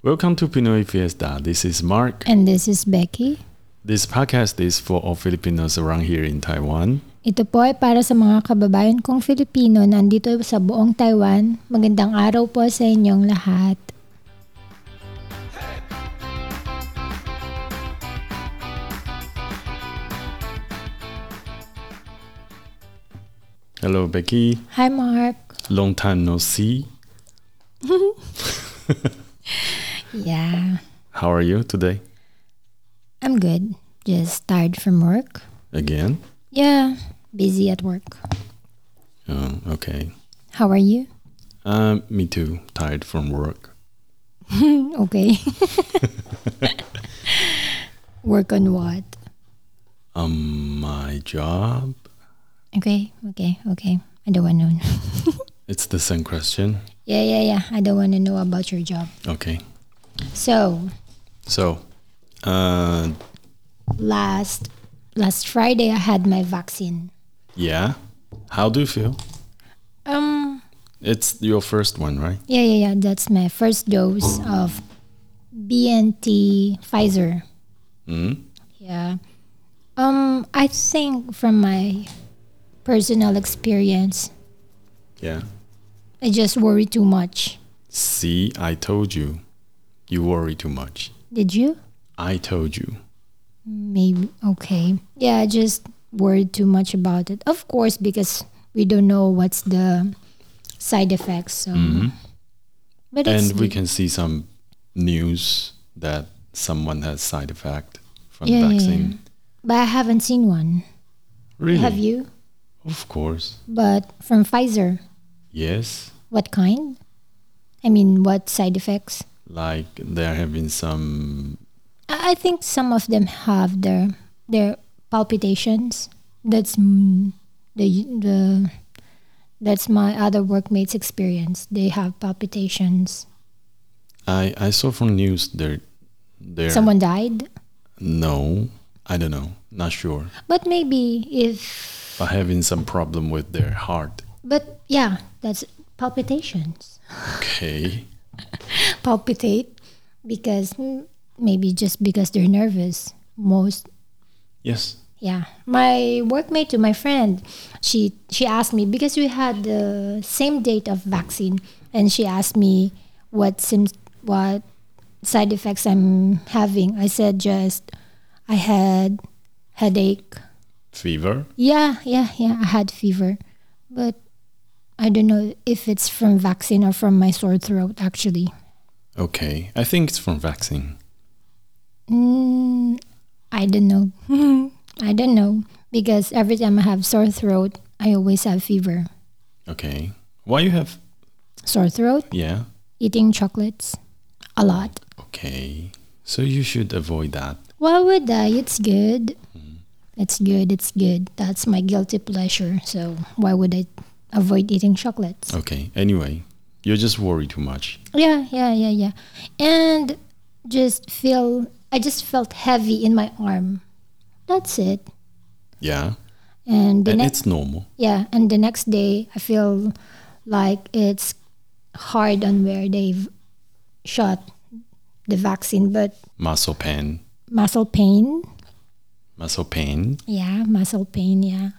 Welcome to Pinoy Fiesta. This is Mark. And this is Becky. This podcast is for all Filipinos around here in Taiwan. Ito po ay para sa mga kababayan kong Filipino nandito sa buong Taiwan. Magandang araw po sa inyong lahat. Hello, Becky. Hi Mark. Long time no see. Yeah, How are you today? I'm good. Just tired from work. Again? Yeah, busy at work. Oh, okay. How are you? Um, me too. Tired from work. Okay. work on what? Um, my job. Okay, okay, okay. I don't want to know. It's the same question. Yeah, yeah, yeah. I don't want to know about your job. Okay. So, So, uh, last last Friday I had my vaccine. yeah. How do you feel? Um It's your first one, right? yeah yeah yeah that's my first dose of BNT Pfizer. Hmm? Yeah. Um I think from my personal experience Yeah. I just worry too much. See, I told you. You worry too much. Did you? I told you. Maybe okay. Yeah, I just worried too much about it. Of course because we don't know what's the side effects so but it's Mm-hmm. and we can see some news that someone has side effect from Yeah, yeah, vaccine. but I haven't seen one. Really? Have you? Of course. But from Pfizer, Yes. what kind? I mean, what side effects? Like there have been some I I think some of them have their their palpitations. That's mm, the the that's my other workmates' experience. They have palpitations. I I saw from news there there Someone died, no I don't know not sure but maybe if but having some problem with their heart. but yeah, that's palpitations. Okay. Palpitate because mm, maybe just because they're nervous. Most Yes. Yeah, my workmate to my friend, she she asked me because we had the same date of vaccine, and she asked me what sims what side effects I'm having. I said just I had headache. Fever. Yeah, yeah, yeah. I had fever, but I don't know if it's from vaccine or from my sore throat. Actually, Okay. I think it's from vaccine. Mm, I don't know. I don't know because every time I have sore throat, I always have fever. Okay. Why you have sore throat, yeah. eating chocolates a lot. Okay. So you should avoid that. Why would I? It's good. It's good. It's good. That's my guilty pleasure. So why would I avoid eating chocolates? Okay. Anyway, you just worry too much. Yeah, yeah, yeah, yeah. And just feel I just felt heavy in my arm. That's it. Yeah. And the and next it's normal. yeah, and the next day I feel like it's hard on where they've shot the vaccine, but Muscle pain. muscle pain Muscle pain. Yeah, muscle pain, yeah.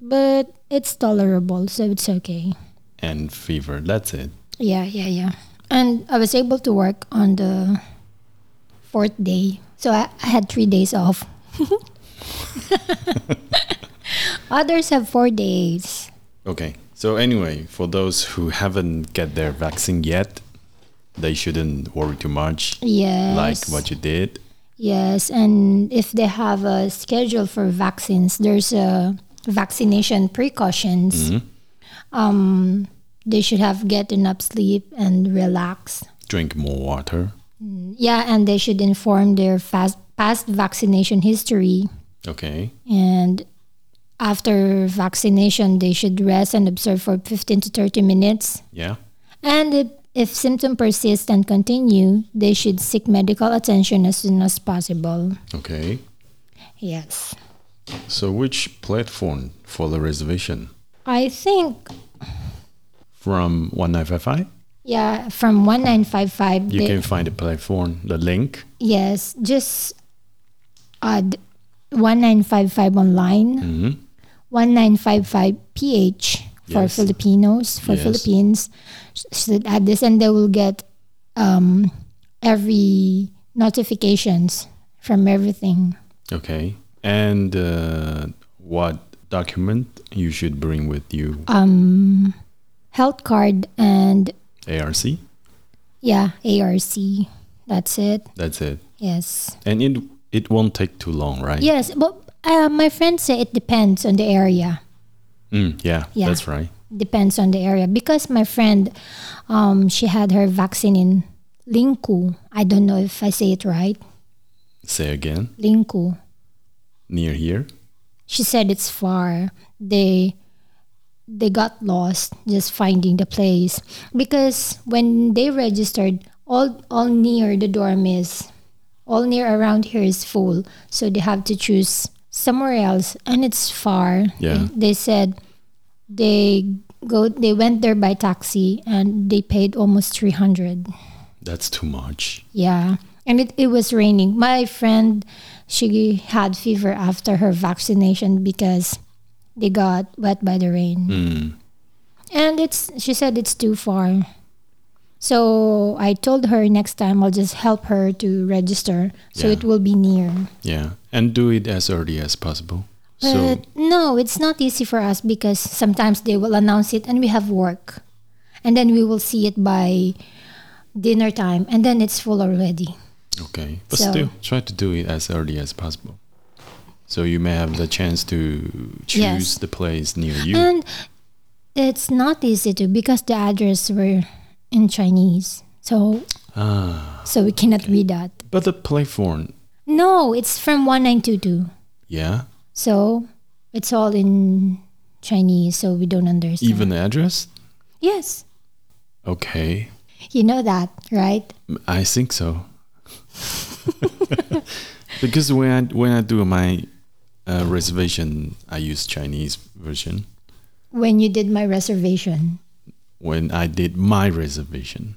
But it's tolerable, so it's okay. And fever. That's it. Yeah, yeah, yeah. And I was able to work on the fourth day. So I, I had three days off. Others have four days. Okay. So anyway, for those who haven't get their vaccine yet, they shouldn't worry too much. Yes. Like what you did. Yes, and if they have a schedule for vaccines, there's a vaccination precautions. Mm-hmm. Um, they should have get enough sleep and relax. Drink more water. Yeah, and they should inform their fast, past vaccination history. Okay. And after vaccination, they should rest and observe for 15 to 30 minutes. Yeah. And if, if symptoms persist and continue, they should seek medical attention as soon as possible. Okay. Yes. So which platform for the reservation? I think From 1955? yeah, from 1955. You they- can find the platform, the link. Yes, just add 1955 online, Mm-hmm. 1955 PH for Yes. Filipinos, for Yes. Philippines. Should add this, and they will get um, every notifications from everything. Okay. And uh, what document you should bring with you? Uh, Health card and ARC. yeah, ARC. That's it. That's it. Yes. And it it won't take too long, right? Yes, but uh, my friends say it depends on the area. Mm, yeah, Yeah. That's right. depends on the area because my friend um she had her vaccine in Linku. I don't know if I say it right. Say again. Linku. Near here. She said it's far. They they got lost just finding the place because when they registered all all near the dorm is all near around here is full so they have to choose somewhere else and it's far Yeah. they said they go they went there by taxi and they paid almost 300 That's too much. yeah and it, it was raining my friend she had fever after her vaccination because they got wet by the rain Hmm. and it's she said it's too far so i told her next time i'll just help her to register so Yeah. it will be near Yeah. And do it as early as possible. so But no, it's not easy for us because sometimes they will announce it and we have work. And then we will see it by dinner time and then it's full already. Okay, but So- still try to do it as early as possible. So you may have the chance to choose Yes. the Uh, place near you. And it's not easy to because the address were in Chinese. So ah, so we cannot read that. but the platform, No, it's from 1922. yeah, So it's all in Chinese so we don't understand. even the address. yes. Okay, You know that, right? M- I think so. because when I when I do my uh, reservation, I use Chinese version. When you did my reservation. When I did my reservation,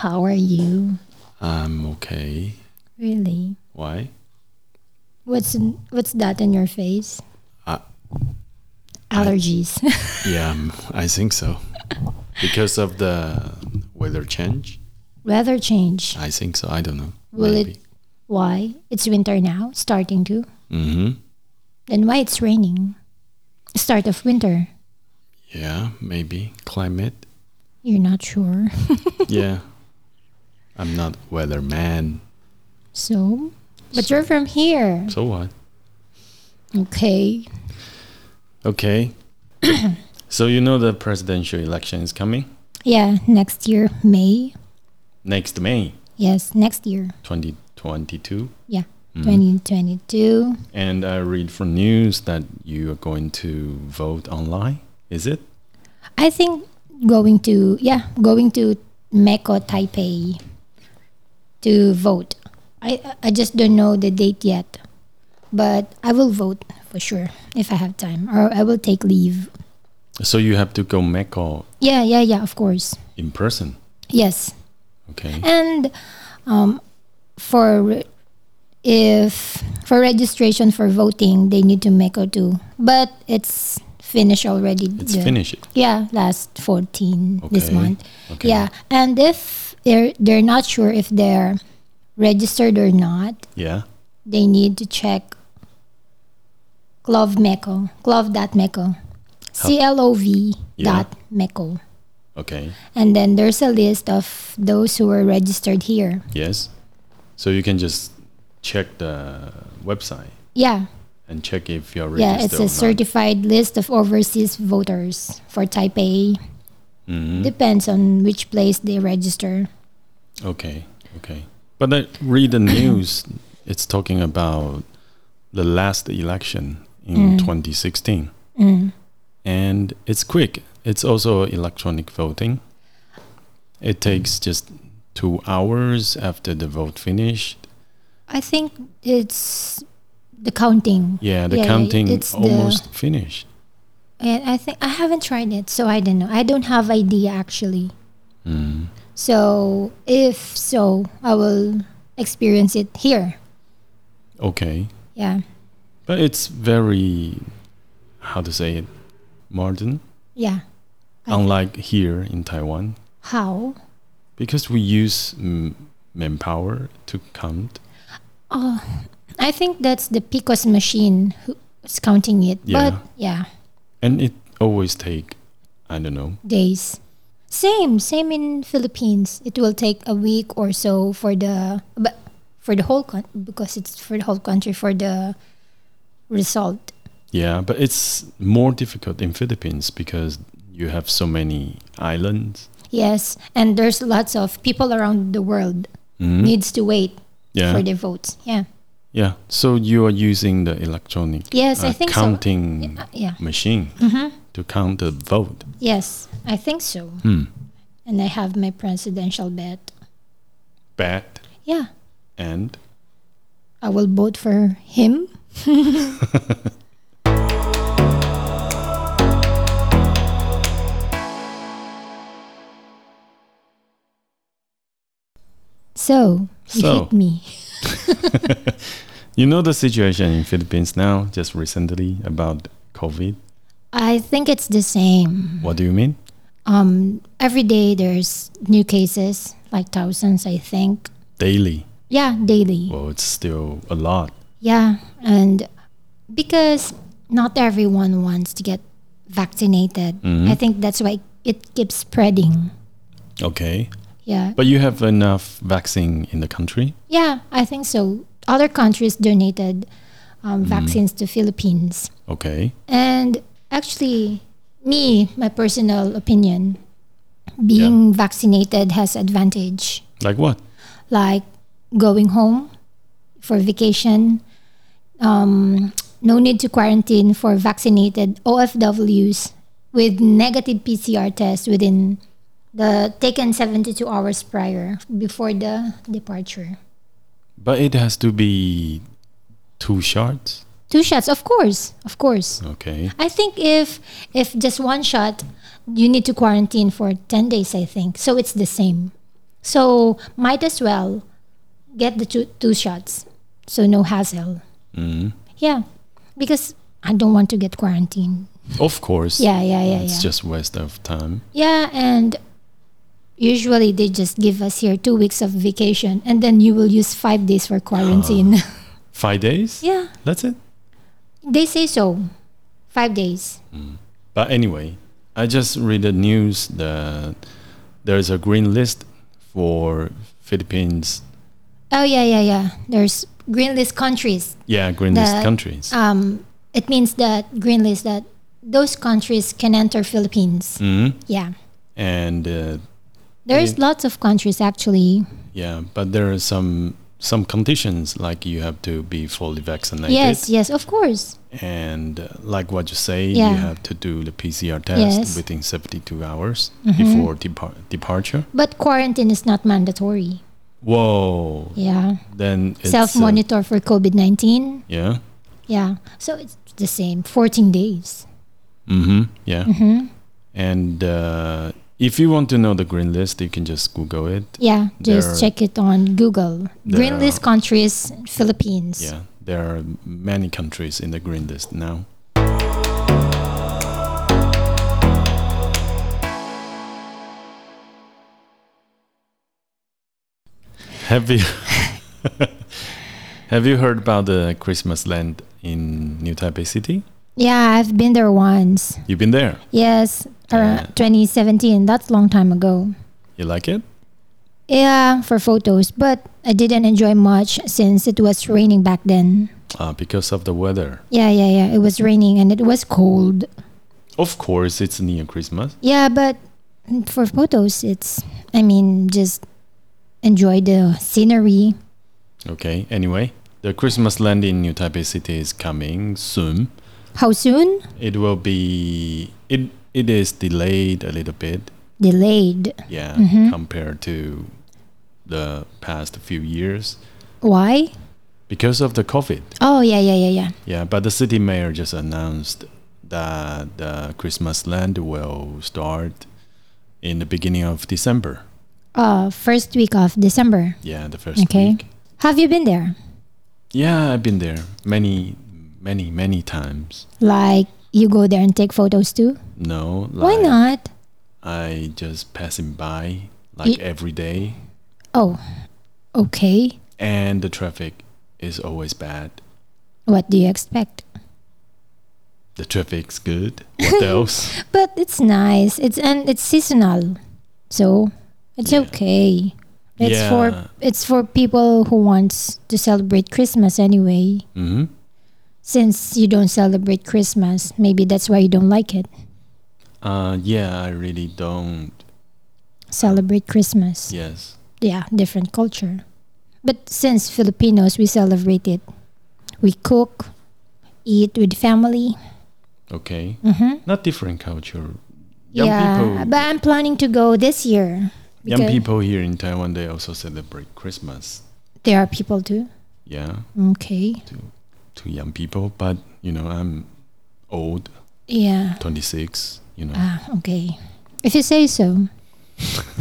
How are you? I'm okay. Really? Why? What's in, what's that in your face? Uh, Allergies. Yeah, um, I think so. Because of the weather change, Weather change. I think so. I don't know. Will it? Why? It's winter now, starting to. Mm-hmm. Then why it's raining? Start of winter. Yeah, maybe climate. You're not sure. yeah, I'm not weatherman. so, but you're from here. So what? Okay. Okay. so you know the presidential election is coming Yeah, next year May. next May, Yes, next year. 2022, Yeah. 2022. and I read from news that you are going to vote online. Is it? I think going to yeah, going to Mecca, Taipei to vote. I I just don't know the date yet, but I will vote for sure if I have time, or I will take leave. So you have to go Mecca Yeah, yeah, yeah. Of course, in person. yes. Okay. And um, for re- if for registration for voting, they need to Mecca too, but it's finished already. It's the- finished. Yeah, last 14 this Okay, month. okay. Yeah, and if they're, they're not sure if they're registered or not, Yeah. they need to check Clovmeco, clov.meco, C-L-O-V Yeah. dot meco. Okay. And then there's a list of those who are registered here. Yes. So you can just check the website Yeah, and check if you're registered. yeah, it's or not. a certified list of overseas voters for Taipei. Mhm. Depends on which place they register. Okay. Okay. But I read the news. it's talking about the last election Mm. in 2016, and it's quick. It's also electronic voting. It takes just two hours after the vote finished. I think it's the counting. Yeah, the Yeah, yeah, counting it's the- almost finished. and I think I haven't tried it, so I don't know. I don't have idea actually. Mm. So if so, I will experience it here. Okay. Yeah. But it's very, how to say it, modern, Yeah. I- unlike here in Taiwan, How? because we use mm, manpower to count. Oh, I think that's the Picos machine who's counting it. Yeah. But yeah, And it always take, I don't know, days. Same, same in Philippines. It will take a week or so for the but for the whole country because it's for the whole country for the result. Yeah, but it's more difficult in Philippines because you have so many islands. Yes, and there's lots of people around the world needs to wait Mm-hmm. Yeah, for their votes. Yeah. yeah. So you are using the electronic Yes, I uh, think so. counting Uh, Yeah. Mm-hmm. machine to count the vote. Yes, I think so. Hmm. And I have my presidential bet. Bad Yeah, and I will vote for him. so, you So. hit me. you know the situation in Philippines now, just recently about COVID. I think it's the same. What do you mean? Um, every day there's new cases, like thousands, I think. Daily? Yeah, daily. Well, it's still a lot. Yeah, and because not everyone wants to get vaccinated, I think that's why it keeps spreading. Okay, Yeah, but you have enough vaccine in the country. yeah, I think so. Other countries donated um, vaccines to Philippines, Okay. and actually, me, my personal opinion, being vaccinated has advantage, Like what? like going home for vacation. um, no need to quarantine for vaccinated OFWs with negative PCR test within the taken 72 hours prior before the departure. But it has to be two shots. Two shots, of course, of course. Okay. I think if if just one shot, you need to quarantine for 10 days, I think. So it's the same. So might as well get the two, two shots. So no hassle. Yeah. Because I don't want to get quarantined. Of course. Yeah, yeah, yeah, yeah. It's just waste of time. yeah, and usually they just give us here two weeks of vacation, and then you will use five days for quarantine. Five days? yeah, That's it. they say so. Five days. But anyway, I just read the news that there is a green list for Philippines. Oh yeah, yeah, yeah. There's green list countries. Yeah, green list The- countries. Um, it means that green list that those countries can enter Philippines. Mhm. Yeah, And uh, there's lots of countries actually. yeah, but there are some some conditions like you have to be fully vaccinated. Yes, yes, of course. And uh, like what you say, you Yeah. have to do the PCR test Yes. Mm-hmm. within 72 hours before depar- departure. But quarantine is not mandatory. Whoa. Yeah, Then it's uh, self monitor for COVID nineteen. yeah. Yeah. So it's the same 14 days. Mm-hmm. Yeah. And uh, if you want to know the green list, you can just Google it. Yeah. There- Just check it on Google. There- Green list countries, Philippines. Yeah, there are many countries in the green list now. Have you have you heard about the Christmas land in New Taipei City? Yeah, I've been there once. You've been there. Yes. Yeah. around 2017. That's a long time ago. You like it? Yeah, for photos. But I didn't enjoy much since it was raining back then. Uh, because of the weather. Yeah, yeah, yeah. It was raining and it was cold. Of course, it's near Christmas. Yeah, but for photos, it's, I mean, just enjoy the scenery. Okay, anyway, the Christmas land in New Taipei City is coming soon. How soon? It will be it it is delayed a little bit, Delayed. yeah, Mm-hmm. compared to the past few years Why? because of the COVID. Oh yeah, yeah, yeah, yeah. Yeah, but the city mayor just announced that the Christmas land will start in the beginning of December. Uh, first week of December. Yeah, the first Okay. week. Have you been there? Yeah, I've been there many, many, many times. Like you go there and take photos too? No, Why like not? I just passing by like every day, Oh, okay. and the traffic is always bad. What do you expect? The traffic's good. What else? But it's nice. It's and it's seasonal, so it's Yeah. okay. It's Yeah. for it's for people who wants to celebrate Christmas anyway. hmm Since you don't celebrate Christmas, maybe that's why you don't like it. Uh, yeah, I really don't. Celebrate Christmas. Yes. yeah, different culture. But since Filipinos, we celebrate it. We cook, eat with family. Okay. hmm Not different culture. Young Yeah, people. but I'm planning to go this year. Young because people here in Taiwan they also celebrate Christmas. There are people too. Yeah, Okay. to young people, but you know I'm old, Yeah. 26. You know. Ah, okay. If you say so.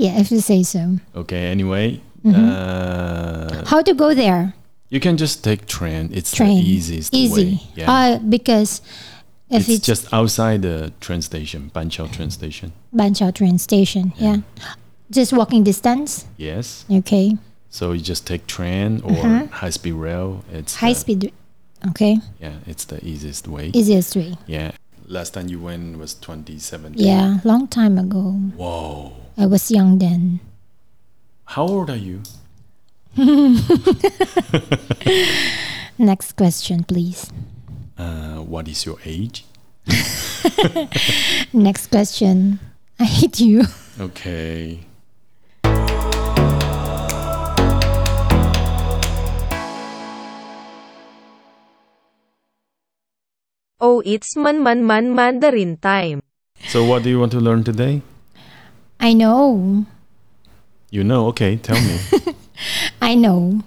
yeah, if you say so. Okay. Anyway, uh, How to go there? you can just take train. It's Train. the easiest Easy. way. Yeah. Uh, because if it's, it's, just outside the train station, Banqiao train station. Banchao train station, yeah. Just walking distance. Yes. Okay. So you just take train or high speed rail. It's Mm-hmm. High the- speed. Okay. Yeah, it's the easiest way. Easiest way. yeah. Last time you went was 2017. Yeah, long time ago. Whoa. I was young then. How old are you? Next question, please. Uh, what is your age? Next question. I hate you. Okay. Oh, it's man man man Mandarin time. So what do you want to learn today? I know. You know, okay, tell me. I know.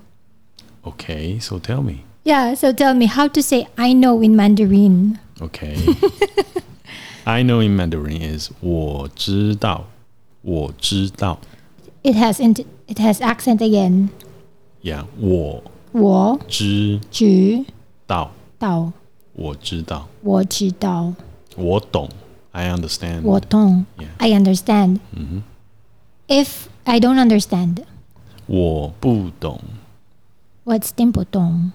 okay, so tell me. Yeah, so tell me how to say I know in Mandarin. Okay. I know in Mandarin is 我知道,我知道. It has int- it has accent again. Yeah, 我知道,我知道.我知道,我知道,我我懂.懂. I understand. Yeah. I understand. If I don't understand, 我不懂. what's 听不懂?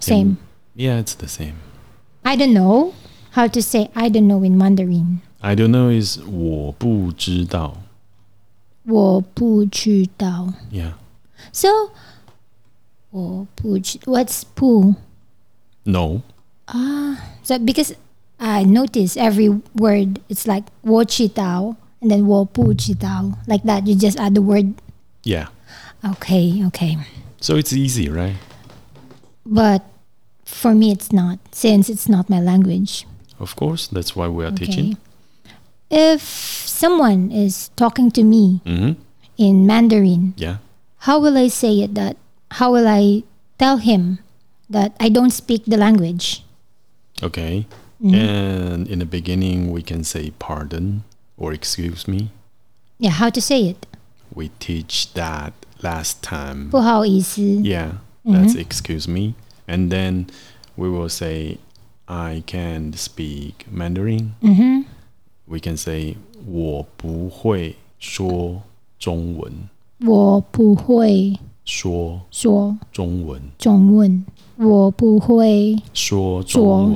Same. Yeah, it's the same. I don't know how to say I don't know in Mandarin. I don't know is 我不知道.我不知道. Yeah. So, 我不知 what's 不? No. So because I notice every word, it's like 我知道 and then 我不知道 like that. You just add the word. Yeah. Okay, okay. So it's easy, right? But for me, it's not since it's not my language. Of course. That's why we are Okay. teaching. If someone is talking to me Mhm. in Mandarin, Yeah. how will I say it? That how will I tell him that I don't speak the language? Okay. And in the beginning, we can say pardon or excuse me. Yeah, how to say it? We teach that last time. 不好意思。 Yeah, that's excuse me. And then we will say, I can speak Mandarin. We can say, 我不会说中文。说中文。我不会说中文，我不会说中文，说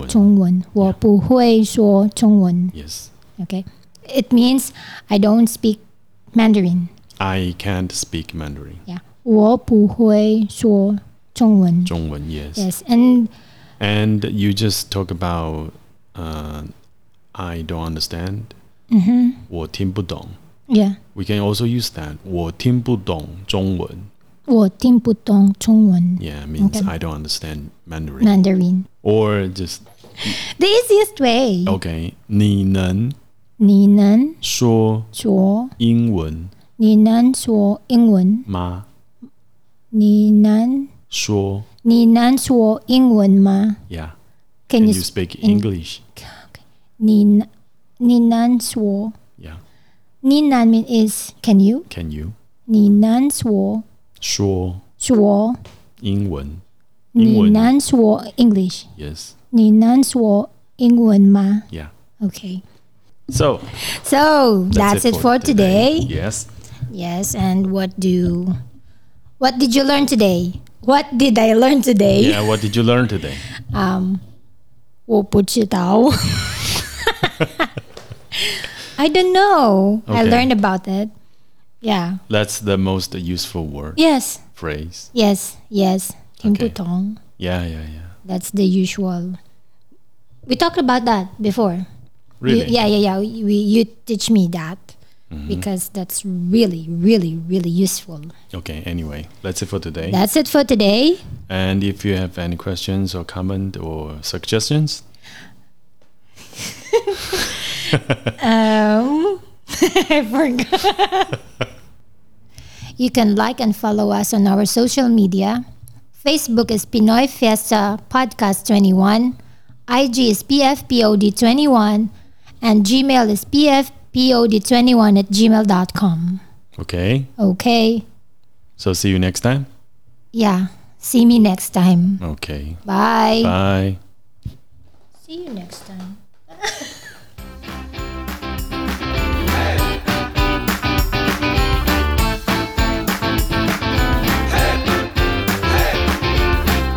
中文。我不会说中文。 Yes. Okay, it means I don't speak Mandarin. I can't speak Mandarin. Yeah, 我不会说中文.中文, yes. Yes, and And you just talk about, uh, I don't understand. Mm-hmm. 我听不懂. yeah, We can also use that. 我听不懂中文.我听不懂中文 Yeah, means Okay. I don't understand Mandarin. Mandarin. Or just The easiest way. okay, 你能说英文?你能说，你能说英文，你能，你能说英文吗？吗？说 yeah. Can and you you speak in- English. Nin Ninan swore. Yeah. Ninan mean is can you? Can you? Ninan swore. 说 Swore. 英文，英文 Ninan swore English. yes, Ninan swore England ma. yeah. Okay. So So that's, that's, it, for today. Yes. Yes, and what do what did you learn today? What did I learn today? Yeah. What did you learn today? Um 我不知道. I don't know. I Okay. learned about it. Yeah. That's the most useful word Yes. phrase. Yes. Yes. Okay. 听不懂. Yeah, yeah, yeah. That's the usual. We talked about that before. You- Really? yeah, yeah, yeah. We, you teach me that because that's really, really, really useful. Okay. Anyway, that's it for today. That's it for today. and if you have any questions or comment or suggestions, Um, I forgot. you can like and follow us on our social media. Facebook is Pinoy Fiesta Podcast 21, IG is PFPOD21, and Gmail is PFPOD21 at gmail.com. okay. Okay. So see you next time. Yeah. See me next time. Okay. Bye. Bye. See you next